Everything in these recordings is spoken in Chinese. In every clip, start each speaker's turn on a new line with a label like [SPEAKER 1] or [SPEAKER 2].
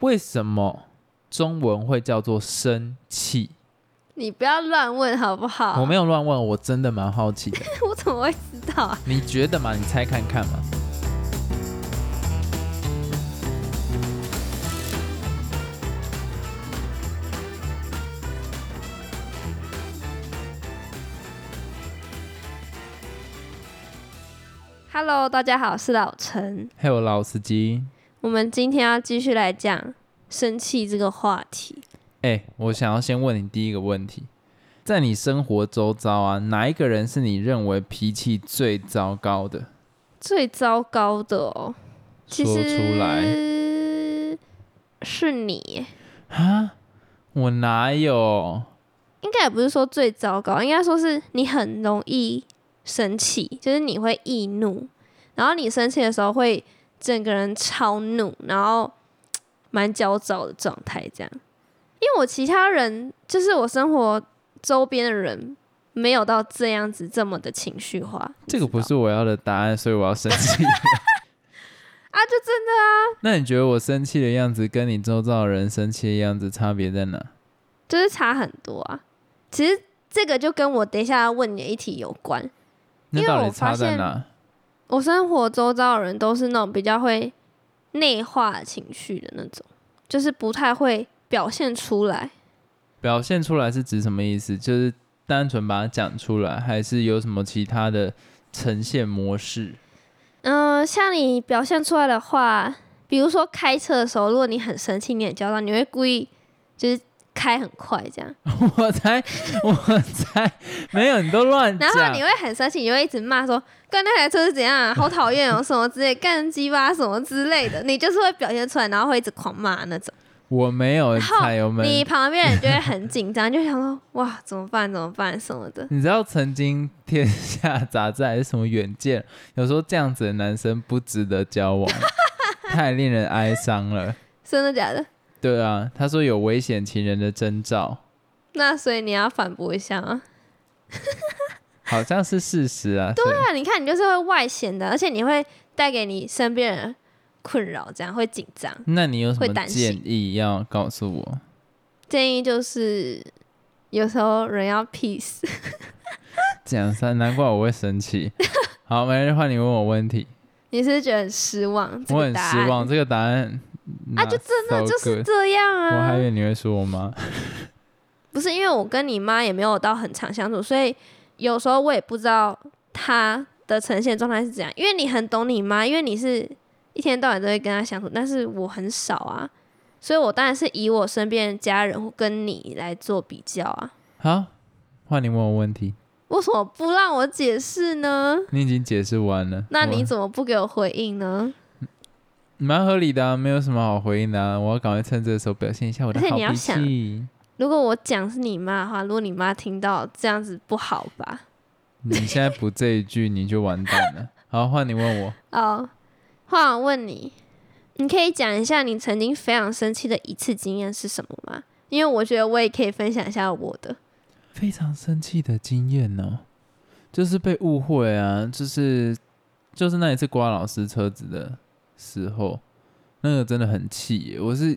[SPEAKER 1] 为什么中文会叫做生气？
[SPEAKER 2] 你不要乱问好不好？
[SPEAKER 1] 我没有乱问，我真的蛮好奇的。
[SPEAKER 2] 我怎么会知道啊？
[SPEAKER 1] 你觉得嘛？你猜看看嘛。
[SPEAKER 2] Hello，大家好，我是老陈。
[SPEAKER 1] 还有老司机，
[SPEAKER 2] 我们今天要继续来讲生气这个话题。
[SPEAKER 1] 哎、我想要先问你第一个问题，在你生活周遭啊，哪一个人是你认为脾气最糟糕的？
[SPEAKER 2] 最糟糕的哦，其
[SPEAKER 1] 说出来
[SPEAKER 2] 实是你耶，
[SPEAKER 1] 啊？我哪有？
[SPEAKER 2] 应该也不是说最糟糕，应该说是你很容易生气，就是你会易怒，然后你生气的时候会整个人超怒，然后蛮焦躁的状态这样。因为我其他人就是我生活周边的人，没有到这样子这么的情绪化。
[SPEAKER 1] 这个不
[SPEAKER 2] 你知道
[SPEAKER 1] 是我要的答案，所以我要生气。
[SPEAKER 2] 啊，就真的
[SPEAKER 1] 那你觉得我生气的样子跟你周遭的人生气的样子差别在哪？
[SPEAKER 2] 就是差很多啊。其实这个就跟我等一下要问你的议题有关。因
[SPEAKER 1] 那
[SPEAKER 2] 为
[SPEAKER 1] 到底
[SPEAKER 2] 我
[SPEAKER 1] 差
[SPEAKER 2] 发
[SPEAKER 1] 在
[SPEAKER 2] 现
[SPEAKER 1] 哪？
[SPEAKER 2] 我生活周遭的人都是那种比较会内化情绪的那种，就是不太会表现出来。
[SPEAKER 1] 表现出来是指什么意思？就是单纯把它讲出来，还是有什么其他的呈现模式？
[SPEAKER 2] 嗯、像你表现出来的话，比如说开车的时候，如果你很生气，你很焦躁，你会故意就是开很快这样，
[SPEAKER 1] 我才，我才没有，你都乱
[SPEAKER 2] 然
[SPEAKER 1] 讲。
[SPEAKER 2] 后你会很生气，你会一直骂说：“干那台车是怎样、啊，好讨厌哦，什么之类，干鸡巴什么之类的。”你就是会表现出来，然后会一直狂骂那种。
[SPEAKER 1] 我没有
[SPEAKER 2] 然后
[SPEAKER 1] 踩油门。
[SPEAKER 2] 你旁边人就会很紧张，就想说：“哇，怎么办？怎么办？什么的。”
[SPEAKER 1] 你知道曾经《天下》杂志还是什么远见，有说这样子的男生不值得交 往，太令人哀伤了。
[SPEAKER 2] 真的假的？
[SPEAKER 1] 对啊，他说有危险情人的征兆，
[SPEAKER 2] 那所以你要反驳一下啊！
[SPEAKER 1] 好像是事实啊。对
[SPEAKER 2] 对啊，你看你就是会外显的，而且你会带给你身边人困扰，这样会紧张。
[SPEAKER 1] 那你有什
[SPEAKER 2] 会
[SPEAKER 1] 么
[SPEAKER 2] 担
[SPEAKER 1] 建
[SPEAKER 2] 心
[SPEAKER 1] 议要告诉我？
[SPEAKER 2] 建议就是有时候人要 peace。
[SPEAKER 1] 讲三，难怪我会生气。好，没人换你问我问题，
[SPEAKER 2] 你是不是觉得很失望？这
[SPEAKER 1] 我
[SPEAKER 2] 个
[SPEAKER 1] 很
[SPEAKER 2] 答
[SPEAKER 1] 失
[SPEAKER 2] 案
[SPEAKER 1] 望，这个答案
[SPEAKER 2] 啊，就真的
[SPEAKER 1] so
[SPEAKER 2] 就是
[SPEAKER 1] good
[SPEAKER 2] 这样
[SPEAKER 1] 我还以
[SPEAKER 2] 啊！
[SPEAKER 1] 为你会说我妈，
[SPEAKER 2] 不是因为我跟你妈也没有到很常相处，所以有时候我也不知道她的呈现状态是怎样。因为你很懂你妈，因为你是一天到晚都会跟她相处，但是我很少啊，所以我当然是以我身边的家人或跟你来做比较啊。
[SPEAKER 1] 好，换你问我问题，
[SPEAKER 2] 为什么不让我解释呢？
[SPEAKER 1] 你已经解释完了，
[SPEAKER 2] 那
[SPEAKER 1] 我
[SPEAKER 2] 你怎么不给我回应呢？
[SPEAKER 1] 蛮合理的、啊，没有什么好回应的、啊。我要赶快趁这个时候表现一下我的
[SPEAKER 2] 而且
[SPEAKER 1] 好
[SPEAKER 2] 你要
[SPEAKER 1] 脾
[SPEAKER 2] 想
[SPEAKER 1] 气。
[SPEAKER 2] 如果我讲是你妈的话，如果你妈听到这样子不好吧？
[SPEAKER 1] 你现在补这一句，你就完蛋了。好，换你问我，
[SPEAKER 2] 哦，话我问你，你可以讲一下你曾经非常生气的一次经验是什么吗？因为我觉得我也可以分享一下我的。
[SPEAKER 1] 非常生气的经验呢、就是被误会啊，就是就是那一次刮老师车子的时候，那个真的很气耶。我是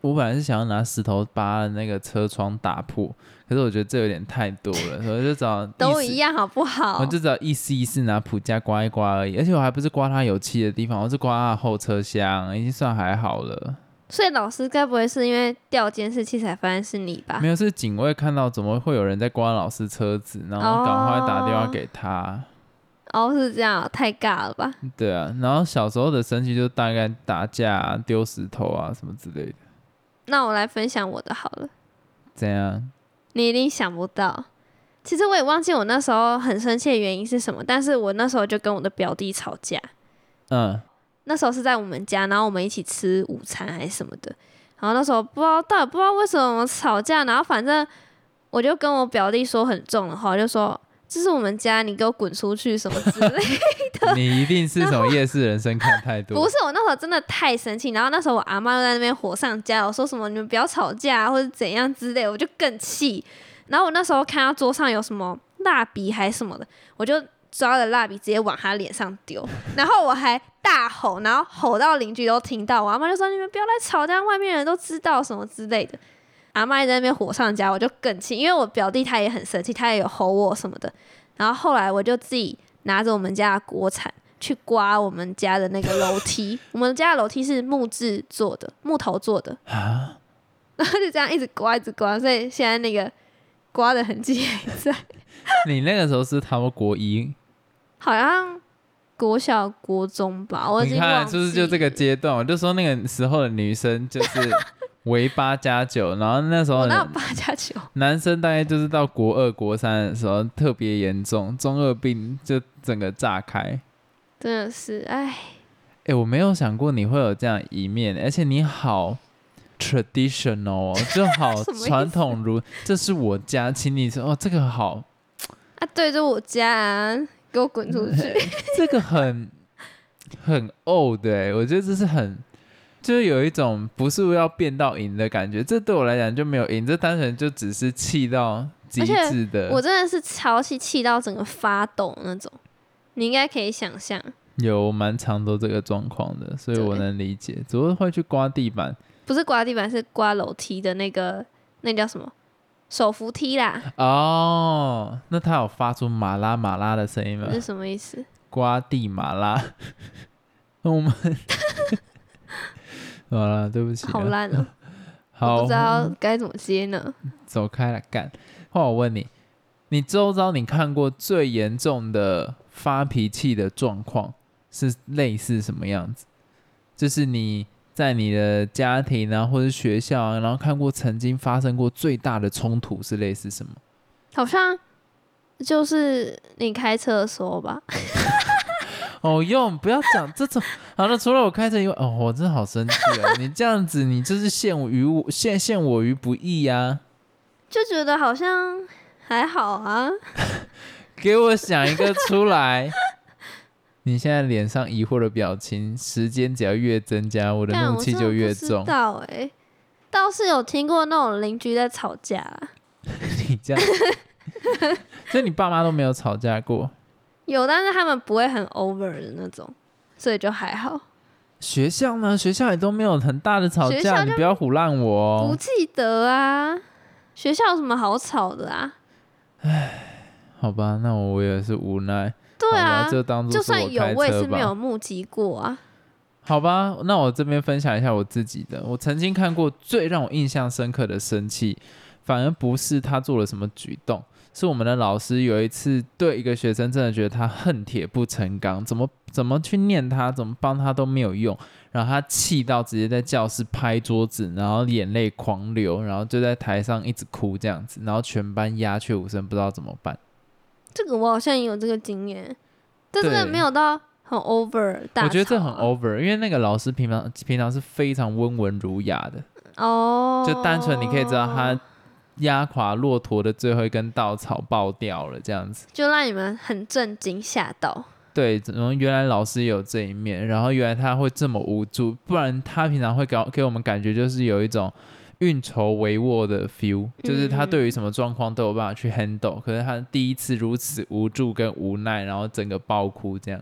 [SPEAKER 1] 我本来是想要拿石头把那个车窗打破，可是我觉得这有点太多了，所以我就 找
[SPEAKER 2] 都
[SPEAKER 1] 意思
[SPEAKER 2] 一样好不好？
[SPEAKER 1] 我就只要一丝一丝拿普加刮一刮而已，而且我还不是刮它有气的地方，我是刮它的后车厢，已经算还好了。
[SPEAKER 2] 所以老师该不会是因为调监视器才发现是你吧
[SPEAKER 1] 没？有，是警卫看到怎么会有人在刮老师车子，然后赶快打电话给他。
[SPEAKER 2] 哦，是这样，太尬了吧？
[SPEAKER 1] 对啊，然后小时候的生气就大概打架、啊、丢石头啊什么之类的。
[SPEAKER 2] 那我来分享我的好了，
[SPEAKER 1] 怎样？
[SPEAKER 2] 你一定想不到。其实我也忘记我那时候很生气的原因是什么，但是我那时候就跟我的表弟吵架。
[SPEAKER 1] 嗯，
[SPEAKER 2] 那时候是在我们家，然后我们一起吃午餐还是什么的。然后那时候不知道到底不知道为什么我们吵架，然后反正我就跟我表弟说很重的话，就说这是我们家，你给我滚出去什么之类。
[SPEAKER 1] 你一定是什么夜市人生看太多。
[SPEAKER 2] 不是我那时候真的太生气，然后那时候我阿妈又在那边火上加油，说什么你们不要吵架、啊、或者怎样之类，我就更气。然后我那时候看到桌上有什么蜡笔还是什么的，我就抓着蜡笔直接往他脸上丢，然后我还大吼，然后吼到邻居都听到，我阿妈就说你们不要来吵，这样外面人都知道什么之类的。阿妈一直在那边火上加，我就更气，因为我表弟他也很生气，他也有吼我什么的。然后后来我就自己拿着我们家的锅铲去刮我们家的那个楼梯， 我们家的楼梯是木质做的，木头做的，
[SPEAKER 1] 啊，
[SPEAKER 2] 然后就这样一直刮，一直刮，所以现在那个刮的痕迹还在，
[SPEAKER 1] 你那个时候是他们国一，
[SPEAKER 2] 好像国小、国中吧，我已
[SPEAKER 1] 你
[SPEAKER 2] 经忘
[SPEAKER 1] 看
[SPEAKER 2] 记
[SPEAKER 1] 是不是就这个
[SPEAKER 2] 了
[SPEAKER 1] 阶段？我就说那个时候的女生就是为八加九，然后那时候
[SPEAKER 2] 我那
[SPEAKER 1] 的
[SPEAKER 2] 八加九，
[SPEAKER 1] 男生大概就是到国二、国三的时候特别严重，中二病就整个炸开。
[SPEAKER 2] 真的是哎，
[SPEAKER 1] 哎、我没有想过你会有这样一面，而且你好 traditional 哦，就好
[SPEAKER 2] 什么意思
[SPEAKER 1] 传统如，这是我家，请你说哦，这个好，
[SPEAKER 2] 啊，对着我家、啊，给我滚 出去！
[SPEAKER 1] 这个很很 old 哎、我觉得这是很。就是有一种不是要变到赢的感觉，这对我来讲就没有赢，这单纯就只是气到极
[SPEAKER 2] 而且
[SPEAKER 1] 致的。
[SPEAKER 2] 我真的是超气，气到整个发抖那种，你应该可以想象。
[SPEAKER 1] 有蛮常都这个状况的，所以我
[SPEAKER 2] 对
[SPEAKER 1] 能理解，只会会去刮地板，
[SPEAKER 2] 不是刮地板，是刮楼梯的那个，那叫什么手扶梯啦？
[SPEAKER 1] 哦，那他有发出马拉马拉的声音吗
[SPEAKER 2] 这？是什么意思？
[SPEAKER 1] 瓜地马拉， 我们 好了，对不起啊，
[SPEAKER 2] 好烂 哦、我
[SPEAKER 1] 好
[SPEAKER 2] 不知，道该怎么接呢。
[SPEAKER 1] 走开了，干。换我问你，你周遭你看过最严重的发脾气的状况是类似什么样子？就是你在你的家庭啊，或者学校啊，然后看过曾经发生过最大的冲突是类似什么？
[SPEAKER 2] 好像就是你开车的时候吧，
[SPEAKER 1] 哦哟，不要讲这种。好了，除了我开车以外，哦，我真的好生气哦！你这样子，你就是陷我于我陷陷我于不义呀、
[SPEAKER 2] 就觉得好像还好啊。
[SPEAKER 1] 给我想一个出来。你现在脸上疑惑的表情，时间只要越增加，我的
[SPEAKER 2] 但
[SPEAKER 1] 怒
[SPEAKER 2] 我
[SPEAKER 1] 气
[SPEAKER 2] 真的
[SPEAKER 1] 就越
[SPEAKER 2] 不
[SPEAKER 1] 重
[SPEAKER 2] 知。道哎、倒是有听过那种邻居在吵架啊啦，
[SPEAKER 1] 你 这样，所以你爸妈都没有吵架过。
[SPEAKER 2] 有，但是他们不会很 over 的那种，所以就还好。
[SPEAKER 1] 学校呢？学校也都没有很大的吵
[SPEAKER 2] 学校
[SPEAKER 1] 架，
[SPEAKER 2] 就
[SPEAKER 1] 你不要唬烂我
[SPEAKER 2] 不
[SPEAKER 1] 哦。
[SPEAKER 2] 记得啊，学校有什么好吵的啊？
[SPEAKER 1] 好吧，那我也是无奈。
[SPEAKER 2] 对
[SPEAKER 1] 好
[SPEAKER 2] 啊
[SPEAKER 1] 吧，就当做
[SPEAKER 2] 就是
[SPEAKER 1] 我
[SPEAKER 2] 算有
[SPEAKER 1] 开，
[SPEAKER 2] 我也
[SPEAKER 1] 车
[SPEAKER 2] 是没
[SPEAKER 1] 吧
[SPEAKER 2] 有目击过啊。
[SPEAKER 1] 好吧，那我这边分享一下我自己的。我曾经看过最让我印象深刻的生气，反而不是他做了什么举动，是我们的老师有一次对一个学生真的觉得他恨铁不成钢，怎么怎么去念他，怎么帮他都没有用，然后他气到直接在教室拍桌子，然后眼泪狂流，然后就在台上一直哭这样子，然后全班鸦雀无声，不知道怎么办。
[SPEAKER 2] 这个我好像也有这个经验，但这个
[SPEAKER 1] 对
[SPEAKER 2] 没有到很 over 大、啊
[SPEAKER 1] 我觉得这很。over，因为那个老师平常平常是非常温文儒雅的。
[SPEAKER 2] 哦，
[SPEAKER 1] 就单纯你可以知道他，压垮骆驼的最后一根稻草爆掉了，这样子。
[SPEAKER 2] 就让你们很震惊吓到。
[SPEAKER 1] 对，然后原来老师也有这一面，然后原来他会这么无助，不然他平常会给给我们感觉就是有一种运筹帷幄的 feel，就是他对于什么状况都有办法去 handle，、可是他第一次如此无助跟无奈，然后整个爆哭这样，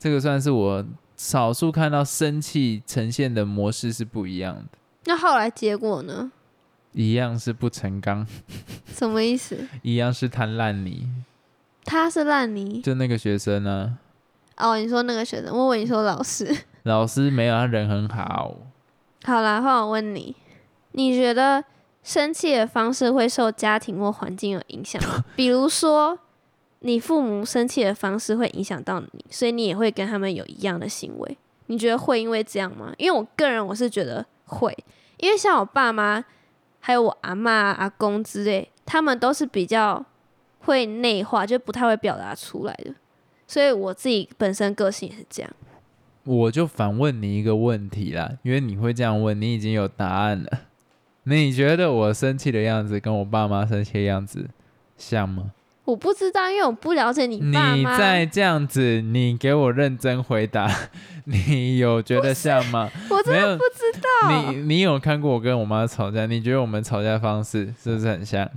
[SPEAKER 1] 这个算是我少数看到生气呈现的模式是不一样的，
[SPEAKER 2] 那后来结果呢？
[SPEAKER 1] 一样是不成钢，
[SPEAKER 2] 什么意思？
[SPEAKER 1] 一样是贪烂泥，
[SPEAKER 2] 他是烂泥
[SPEAKER 1] 就那个学生呢，
[SPEAKER 2] 哦，你说那个学生，我以为你说老师。
[SPEAKER 1] 老师没有，他人很好。
[SPEAKER 2] 好啦，换我问你，你觉得生气的方式会受家庭或环境有影响吗？比如说，你父母生气的方式会影响到你，所以你也会跟他们有一样的行为。你觉得会因为这样吗？因为我个人我是觉得会，因为像我爸妈还有我阿妈、阿公之类，他们都是比较会内化，就不太会表达出来的。所以我自己本身个性也是这样。
[SPEAKER 1] 我就反问你一个问题啦，因为你会这样问，你已经有答案了。你觉得我生气的样子跟我爸妈生气的样子像吗？
[SPEAKER 2] 我不知道，因为我不了解你爸
[SPEAKER 1] 你
[SPEAKER 2] 妈。
[SPEAKER 1] 再这样子，你给我认真回答， 你有觉得像吗？
[SPEAKER 2] 我真
[SPEAKER 1] 没有
[SPEAKER 2] 的不啊知道。
[SPEAKER 1] 你你有看过我跟我妈吵架？你觉得我们吵架方式是不是很像？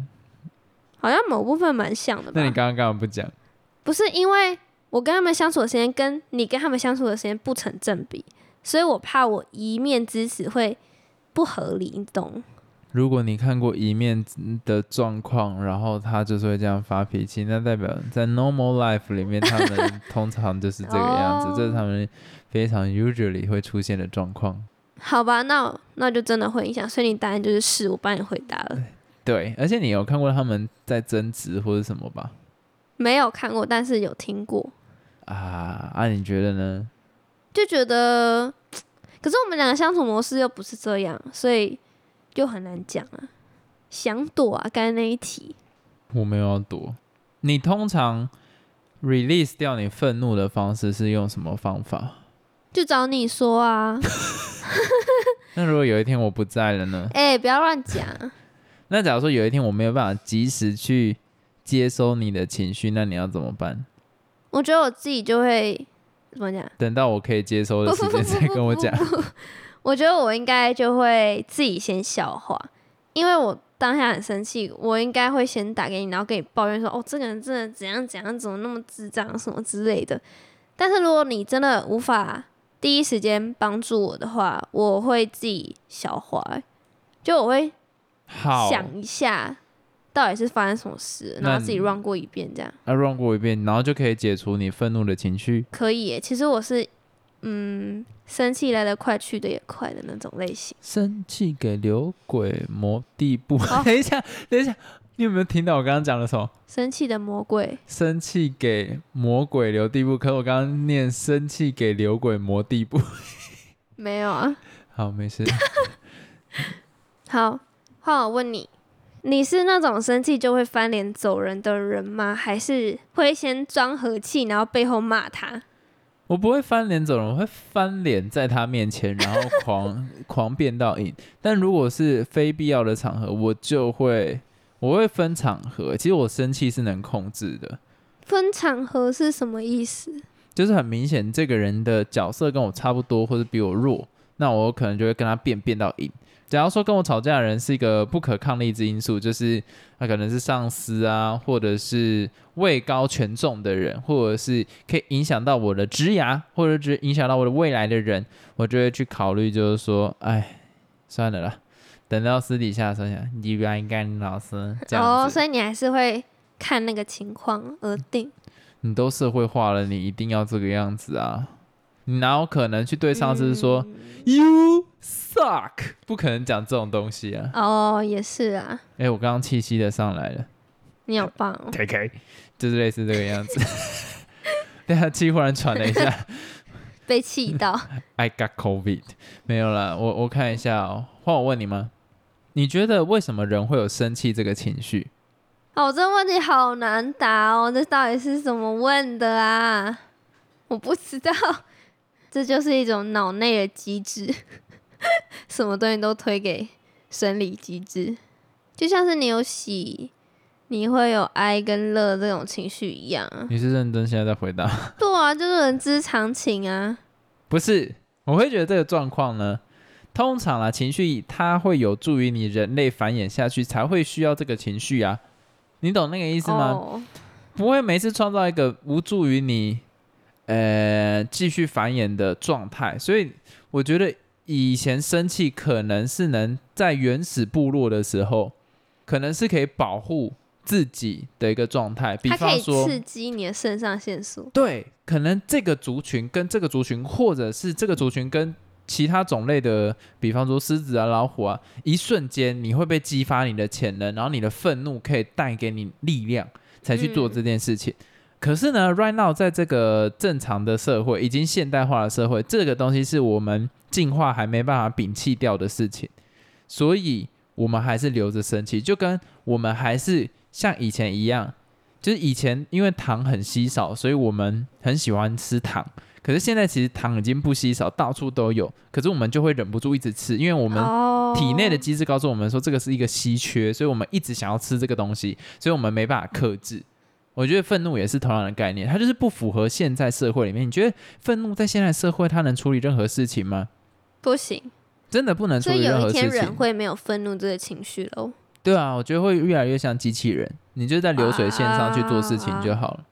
[SPEAKER 2] 好像某部分蛮像的吧
[SPEAKER 1] 那你？刚刚干嘛不讲？
[SPEAKER 2] 不是因为我跟他们相处的时间跟你跟他们相处的时间不成正比，所以我怕我一面之词会不合理，你懂？
[SPEAKER 1] 如果你看过一面的状况，然后他就是会这样发脾气，那代表 在 normal life 里面，他们通常就是这个样子，
[SPEAKER 2] 哦
[SPEAKER 1] 这是他们非常 usually 会出现的状况。
[SPEAKER 2] 好吧，那那就真的会影响，所以你答案就是是，我帮你回答了。
[SPEAKER 1] 对，而且你有看过他们在争执或者什么吧？
[SPEAKER 2] 没有看过，但是有听过，
[SPEAKER 1] 啊啊，你觉得呢？
[SPEAKER 2] 就觉得，可是我们两个相处模式又不是这样，所以就很难讲啊。想躲啊，刚才那一题，
[SPEAKER 1] 我没有要躲。你通常 release 掉你愤怒的方式是用什么方法？
[SPEAKER 2] 就找你 说啊，
[SPEAKER 1] 那如果有一天我不在了呢？
[SPEAKER 2] 哎、不要乱讲，
[SPEAKER 1] 那假如说有一天我没有办法及时去接收你的情绪，那你要怎么办？
[SPEAKER 2] 我觉得我自己就会怎么讲？
[SPEAKER 1] 等到我可以接收的
[SPEAKER 2] 不
[SPEAKER 1] 时
[SPEAKER 2] 不不
[SPEAKER 1] 间
[SPEAKER 2] 不
[SPEAKER 1] 再跟我 讲。
[SPEAKER 2] 不不不我觉得我应该就会自己先消化，因为我当下很生气，我应该会先打给你，然后跟你抱怨说：“哦，这个人真的怎样怎样，怎么那么智障什么之类的。”但是如果你真的无法第一时间帮助我的话，我会自己消化，就我会
[SPEAKER 1] 好，
[SPEAKER 2] 想一下到底是发生什么事，
[SPEAKER 1] 那
[SPEAKER 2] 然后自己
[SPEAKER 1] 你
[SPEAKER 2] run 过一遍，这样
[SPEAKER 1] 那 run 过一遍，然后就可以解除你愤怒的情绪。
[SPEAKER 2] 可以耶。其实我是嗯，生气来得快，去得也快的那种类型。
[SPEAKER 1] 生气给牛鬼磨地步。
[SPEAKER 2] 好
[SPEAKER 1] 等一下，等一下，你有没有听到我刚刚讲的什么？
[SPEAKER 2] 生气的魔鬼，
[SPEAKER 1] 生气给魔鬼留地步，可我刚刚念生气给牛鬼磨地步。
[SPEAKER 2] 没有啊。
[SPEAKER 1] 好，没事。
[SPEAKER 2] 好，换我问你，你是那种生气就会翻脸走人的人吗？还是会先装和气，然后背后骂他？
[SPEAKER 1] 我不会翻脸走人，我会翻脸在他面前，然后狂 狂变到赢。但如果是非必要的场合，我就会我会分场合。其实我生气是能控制的，
[SPEAKER 2] 分场合是什么意思？
[SPEAKER 1] 就是很明显这个人的角色跟我差不多，或者比我弱，那我可能就会跟他变变到赢。假如说跟我吵架的人是一个不可抗力之因素，就是他可能是上司啊，或者是位高权重的人，或者是可以影响到我的职涯，或者是影响到我的未来的人，我就会去考虑，就是说，哎，算了啦，等到私底下的时候想，你不要应该你老师这样
[SPEAKER 2] 哦，
[SPEAKER 1] 子，
[SPEAKER 2] 所以你还是会看那个情况而定。
[SPEAKER 1] 你都社会化了，你一定要这个样子啊，你哪有可能去对上司说？
[SPEAKER 2] 嗯
[SPEAKER 1] You suck，不可能讲这种东西啊！
[SPEAKER 2] 哦，也是啊，
[SPEAKER 1] 哎、我刚刚气息的上来了
[SPEAKER 2] 你好棒、 哦。
[SPEAKER 1] ，K K，就是类似这个样子。 对啊，气忽然喘了一下
[SPEAKER 2] 被气到。
[SPEAKER 1] ，I got COVID，没有啦，我我看一下哦，换我问你吗？你觉得为什么人会有生气这个情绪？
[SPEAKER 2] 哦，这问题好难答哦，这到底是怎么问的啊？我不知道，这就是一种脑内的机制， 什么东西都推给生理机制，就像是你有喜，你会有哀跟乐这种情绪一样啊。
[SPEAKER 1] 你是认真现在在回答？
[SPEAKER 2] 对啊，就是人之常情啊。
[SPEAKER 1] 不是，我会觉得这个状况呢，通常啦，情绪它会有助于你人类繁衍下去，才会需要这个情绪啊。你懂那个意思吗？
[SPEAKER 2] 哦，
[SPEAKER 1] 不会每次创造一个无助于你呃继续繁衍的状态，所以我觉得以前生气可能是能在原始部落的时候，可能是可以保护自己的一个状态，比
[SPEAKER 2] 它可
[SPEAKER 1] 方
[SPEAKER 2] 以
[SPEAKER 1] 说
[SPEAKER 2] 刺激你的肾上腺素。
[SPEAKER 1] 对，可能这个族群跟这个族群，或者是这个族群跟其他种类的，比方说狮子啊、老虎啊，一瞬间你会被激发你的潜能，然后你的愤怒可以带给你力量，才去做
[SPEAKER 2] 嗯
[SPEAKER 1] 这件事情。可是呢，right now 在这个正常的社会，已经现代化的社会，这个东西是我们进化还没办法摒弃掉的事情，所以我们还是留着生气，就跟我们还是像以前一样，就是以前因为糖很稀少，所以我们很喜欢吃糖。可是现在其实糖已经不稀少，到处都有，可是我们就会忍不住一直吃，因为我们
[SPEAKER 2] 哦，
[SPEAKER 1] 体内的机制告诉我们说这个是一个稀缺，所以我们一直想要吃这个东西，所以我们没办法克制。我觉得愤怒也是同样的概念，它就是不符合现在社会里面。你觉得愤怒在现在社会它能处理任何事情吗？
[SPEAKER 2] 不行，
[SPEAKER 1] 真的不能处
[SPEAKER 2] 所以
[SPEAKER 1] 理任
[SPEAKER 2] 有
[SPEAKER 1] 何
[SPEAKER 2] 一天
[SPEAKER 1] 事
[SPEAKER 2] 人
[SPEAKER 1] 情。
[SPEAKER 2] 会没有愤怒这个情绪喽。
[SPEAKER 1] 对啊，我觉得会越来越像机器人，你就在流水线上去做事情就好了。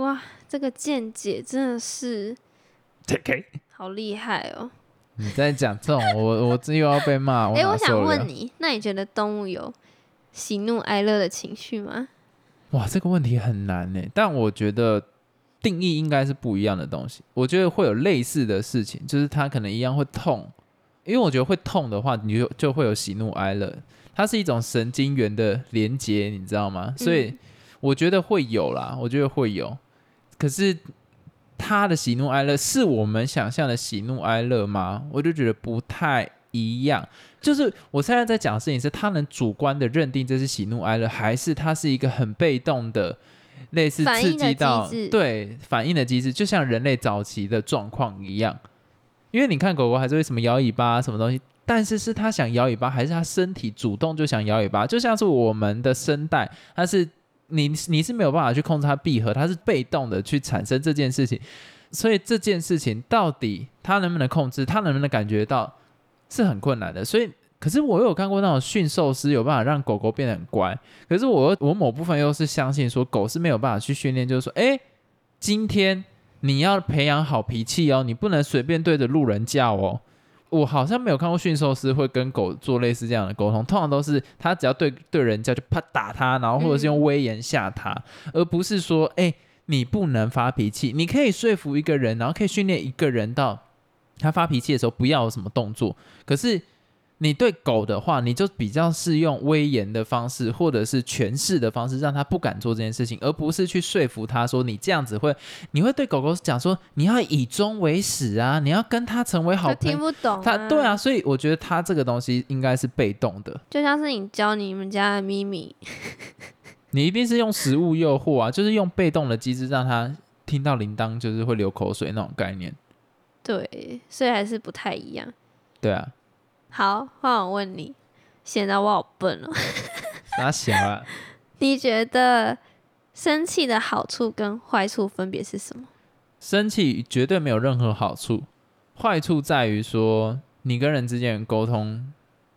[SPEAKER 2] 哇，这个见解真的是
[SPEAKER 1] K，
[SPEAKER 2] 好厉害哦！
[SPEAKER 1] 你在讲这种，我 我这又要被骂，
[SPEAKER 2] 诶，
[SPEAKER 1] 哪
[SPEAKER 2] 哎我想
[SPEAKER 1] 受得了
[SPEAKER 2] 问你，那你觉得动物有喜怒哀乐的情绪吗？
[SPEAKER 1] 哇，这个问题很难呢。但我觉得定义应该是不一样的东西。我觉得会有类似的事情，就是它可能一样会痛，因为我觉得会痛的话，你就就会有喜怒哀乐，它是一种神经元的连接，你知道吗？所以
[SPEAKER 2] 嗯
[SPEAKER 1] 我觉得会有啦，我觉得会有。可是他的喜怒哀乐是我们想象的喜怒哀乐吗？我就觉得不太一样。就是我现在在讲的事情是，他能主观的认定这是喜怒哀乐，还是他是一个很被动的，类似
[SPEAKER 2] 反应
[SPEAKER 1] 刺
[SPEAKER 2] 的
[SPEAKER 1] 激到
[SPEAKER 2] 机制
[SPEAKER 1] 对反应的机制，就像人类早期的状况一样。因为你看狗狗还是会什么摇尾巴什么东西，但是是它想摇尾巴，还是它身体主动就想摇尾巴？就像是我们的声带，它是你你是没有办法去控制它闭合，它是被动的去产生这件事情。所以这件事情到底它能不能控制，它能不能感觉到，是很困难的。所以，可是我有看过那种驯兽师有办法让狗狗变得很乖，可是我又我某部分又是相信说狗是没有办法去训练，就是说，哎，今天你要培养好脾气哦，你不能随便对着路人叫哦。我好像没有看过驯兽师会跟狗做类似这样的沟通，通常都是他只要对对人叫就啪打他，然后或者是用威严吓他，而不是说，哎、你不能发脾气，你可以说服一个人，然后可以训练一个人到他发脾气的时候不要有什么动作。可是你对狗的话，你就比较是用威严的方式，或者是诠释的方式，让它不敢做这件事情，而不是去说服它说你这样子会，你会对狗狗讲说你要以终为始啊，你要跟它成为好
[SPEAKER 2] 他
[SPEAKER 1] 朋
[SPEAKER 2] 听
[SPEAKER 1] 友。
[SPEAKER 2] 不懂、
[SPEAKER 1] 它对啊，，所以我觉得它这个东西应该是被动的，
[SPEAKER 2] 就像是你教你们家的咪咪，
[SPEAKER 1] 你一定是用食物诱惑啊，就是用被动的机制让它听到铃铛就是会流口水那种概念。
[SPEAKER 2] 对，所以还是不太一样。
[SPEAKER 1] 对啊，
[SPEAKER 2] 好，换我问你，显得我好笨哦。
[SPEAKER 1] 傻小啊，
[SPEAKER 2] 你觉得生气的好处跟坏处分别是什么？
[SPEAKER 1] 生气绝对没有任何好处，坏处在于说你跟人之间的沟通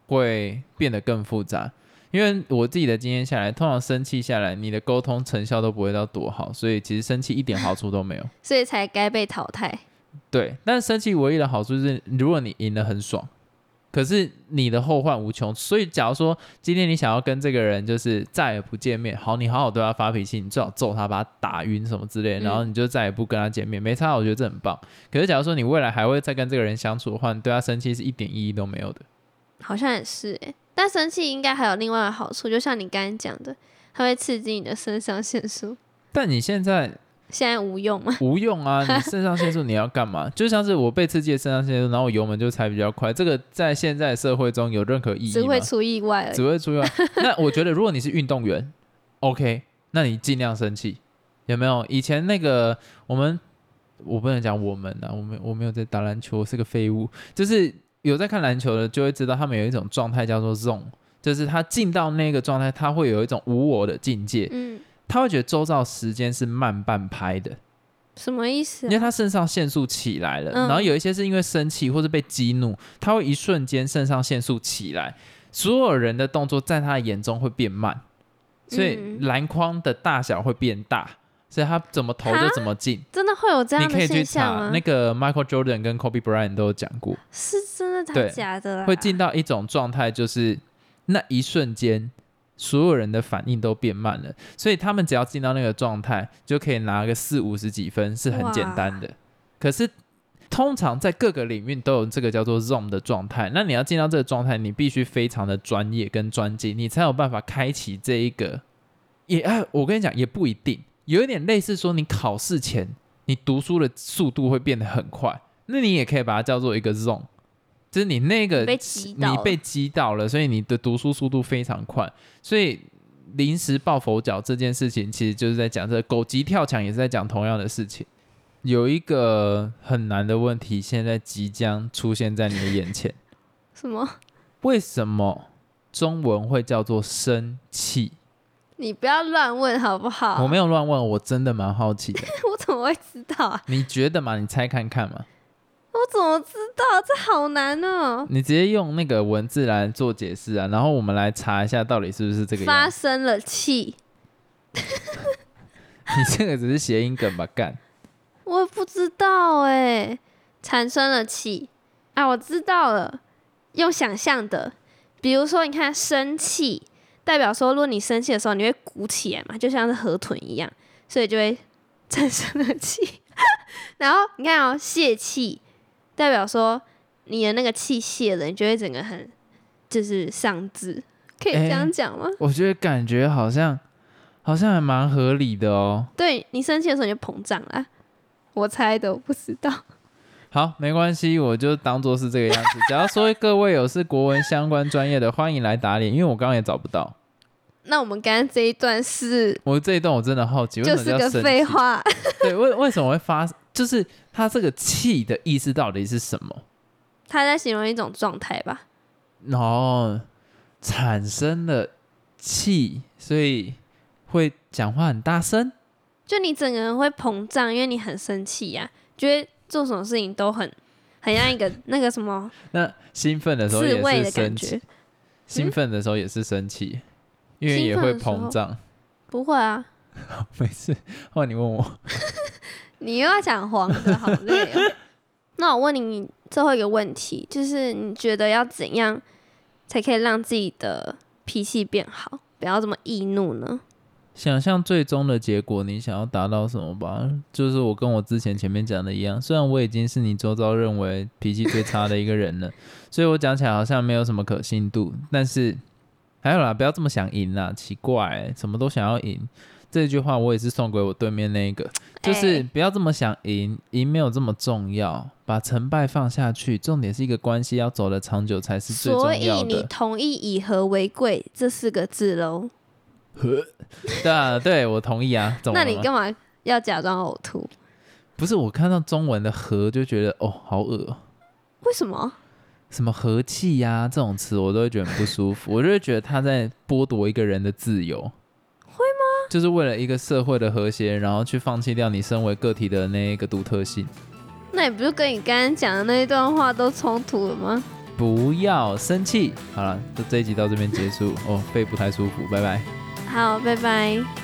[SPEAKER 1] 会变得更复杂。因为我自己的经验下来，通常生气下来，你的沟通成效都不会到多好，所以其实生气一点好处都没有。
[SPEAKER 2] 所以才该被淘汰。
[SPEAKER 1] 对，但生气唯一的好处是，如果你赢得很爽，可是你的后患无穷。所以，假如说今天你想要跟这个人就是再也不见面，好，你好好对他发脾气，你最好揍他，把他打晕什么之类的，
[SPEAKER 2] 嗯
[SPEAKER 1] 然后你就再也不跟他见面，没差，我觉得这很棒。可是，假如说你未来还会再跟这个人相处的话，你对他生气是一点意义都没有的。
[SPEAKER 2] 好像也是诶、但生气应该还有另外的好处，就像你刚才讲的，它会刺激你的肾上腺素。
[SPEAKER 1] 但你现在
[SPEAKER 2] 现在无用吗？
[SPEAKER 1] 无用啊！你肾上腺素你要干嘛？ 就像是我被刺激的肾上腺素，然后我油门就踩比较快，这个在现在的社会中有任何意义吗？
[SPEAKER 2] 只会出意外而已。
[SPEAKER 1] 只会出意外。那我觉得，如果你是运动员，OK，那你尽量生气，有没有？以前那个我们，我不能讲我们啊，我们我没有在打篮球，我是个废物。就是有在看篮球的，就会知道他们有一种状态叫做 zone，就是他进到那个状态，他会有一种无我的境界，
[SPEAKER 2] 嗯，
[SPEAKER 1] 他会觉得周遭时间是慢半拍的。
[SPEAKER 2] 什么意思、
[SPEAKER 1] 因为
[SPEAKER 2] 啊？
[SPEAKER 1] 他肾上腺素起来了，
[SPEAKER 2] 嗯
[SPEAKER 1] 然后有一些是因为生气或是被激怒，他会一瞬间肾上腺素起来，所有人的动作在他的眼中会变慢，所以
[SPEAKER 2] 嗯
[SPEAKER 1] 篮筐的大小会变大，所以他怎么投就怎么进。
[SPEAKER 2] 真的会有这
[SPEAKER 1] 你
[SPEAKER 2] 样
[SPEAKER 1] 可以
[SPEAKER 2] 的
[SPEAKER 1] 去
[SPEAKER 2] 现象
[SPEAKER 1] 查
[SPEAKER 2] 吗？
[SPEAKER 1] 那个 Michael Jordan 跟 Kobe Bryant 都有讲过，
[SPEAKER 2] 是真的还
[SPEAKER 1] 对
[SPEAKER 2] 假的啦？
[SPEAKER 1] 会进到一种状态，就是那一瞬间，所有人的反应都变慢了，所以他们只要进到那个状态，就可以拿个四五十几分，是很简单的。可是通常在各个领域都有这个叫做 zone 的状态，那你要进到这个状态，你必须非常的专业跟专精，你才有办法开启这一个。也哎，我跟你讲，也不一定，有一点类似说，你考试前你读书的速度会变得很快，那你也可以把它叫做一个 zone。就是你那个
[SPEAKER 2] 你被击
[SPEAKER 1] 你
[SPEAKER 2] 倒
[SPEAKER 1] 被
[SPEAKER 2] 了
[SPEAKER 1] 击倒了，所以你的读书速度非常快，所以临时抱佛脚这件事情，其实就是在讲这个狗急跳墙，也是在讲同样的事情。有一个很难的问题，现在即将出现在你的眼前：
[SPEAKER 2] 什么？
[SPEAKER 1] 为什么中文会叫做生气？
[SPEAKER 2] 你不要乱问好不好？
[SPEAKER 1] 我没有乱问，我真的蛮好奇的。
[SPEAKER 2] 我怎么会知道啊？
[SPEAKER 1] 你觉得嘛？你猜看看嘛？
[SPEAKER 2] 我怎么知道？这好难哦、
[SPEAKER 1] 你直接用那个文字来做解释啊，然后我们来查一下到底是不是这个样
[SPEAKER 2] 发
[SPEAKER 1] 子。
[SPEAKER 2] 生了气，
[SPEAKER 1] 你这个只是谐音梗吧？干，
[SPEAKER 2] 我也不知道哎、产生了气啊，我知道了，用想象的，比如说你看生气，代表说如果你生气的时候，你会鼓起来嘛，就像是河豚一样，所以就会产生了气。 然后你看哦，泄气，代表说你的那个气泄了，你就会整个很就是上志，可以这样
[SPEAKER 1] 哎
[SPEAKER 2] 讲吗？
[SPEAKER 1] 我觉得感觉好像好像还蛮合理的哦。
[SPEAKER 2] 对你生气的时候你就膨胀啦，我猜的，我不知道。
[SPEAKER 1] 好，没关系，我就当做是这个样 子。只要说各位有是国文相关专业的，欢迎来打脸，因为我刚刚也找不到。
[SPEAKER 2] 那我们刚刚这一段是
[SPEAKER 1] 我这一段我真的好奇，为什
[SPEAKER 2] 就
[SPEAKER 1] 么
[SPEAKER 2] 是
[SPEAKER 1] 叫
[SPEAKER 2] 个
[SPEAKER 1] 生
[SPEAKER 2] 废
[SPEAKER 1] 气？
[SPEAKER 2] 话，
[SPEAKER 1] 对，为为什么会发？就是它这个气的意思到底是什么？
[SPEAKER 2] 他在形容一种状态吧？
[SPEAKER 1] 然后产生了气，所以会讲话很大声。
[SPEAKER 2] 就你整个人会膨胀，因为你很生气呀、觉得做什么事情都很很像一个那个什么
[SPEAKER 1] 那兴奋的时候
[SPEAKER 2] 刺
[SPEAKER 1] 也
[SPEAKER 2] 猬
[SPEAKER 1] 是
[SPEAKER 2] 的感
[SPEAKER 1] 生
[SPEAKER 2] 觉嗯
[SPEAKER 1] 气，。兴奋的时候也是生气，因为
[SPEAKER 2] 兴
[SPEAKER 1] 也
[SPEAKER 2] 奋
[SPEAKER 1] 会
[SPEAKER 2] 的时候
[SPEAKER 1] 膨胀。
[SPEAKER 2] 不会啊，
[SPEAKER 1] 每次 换你问我，
[SPEAKER 2] 你又要讲黄的，好累、哦。 那我问你最后一个问题，就是你觉得要怎样才可以让自己的脾气变好，不要这么易怒呢？
[SPEAKER 1] 想象最终的结果，你想要达到什么吧？就是我跟我之前前面讲的一样，虽然我已经是你周遭认为脾气最差的一个人了， 所以我讲起来好像没有什么可信度，但是还有啦，不要这么想赢啦，奇怪欸、什么都想要赢。这句话我也是送给我对面那一个，就是
[SPEAKER 2] 哎
[SPEAKER 1] 不要这么想赢，赢没有这么重要，把成败放下去，重点是一个关系要走得长久才是最重
[SPEAKER 2] 所以
[SPEAKER 1] 要
[SPEAKER 2] 你
[SPEAKER 1] 的。
[SPEAKER 2] 同意“以和为贵”这四个字喽？
[SPEAKER 1] 对啊，对我同意啊。怎么
[SPEAKER 2] 那
[SPEAKER 1] 了
[SPEAKER 2] 你
[SPEAKER 1] 吗
[SPEAKER 2] 干嘛要假装呕吐？
[SPEAKER 1] 不是我看到中文的和就觉得哦好恶哦、
[SPEAKER 2] 为什么？
[SPEAKER 1] 什么和气呀、这种词我都会觉得很不舒服，我就会觉得他在剥夺一个人的自由。会吗？就是为了一个社会的和谐，然后去放弃掉你身为个体的那一个独特性。
[SPEAKER 2] 那你不是跟你刚刚讲的那一段话都冲突了吗？
[SPEAKER 1] 不要生气。好了，就这一集到这边结束哦，肺不太舒服，拜拜。
[SPEAKER 2] 好，拜拜。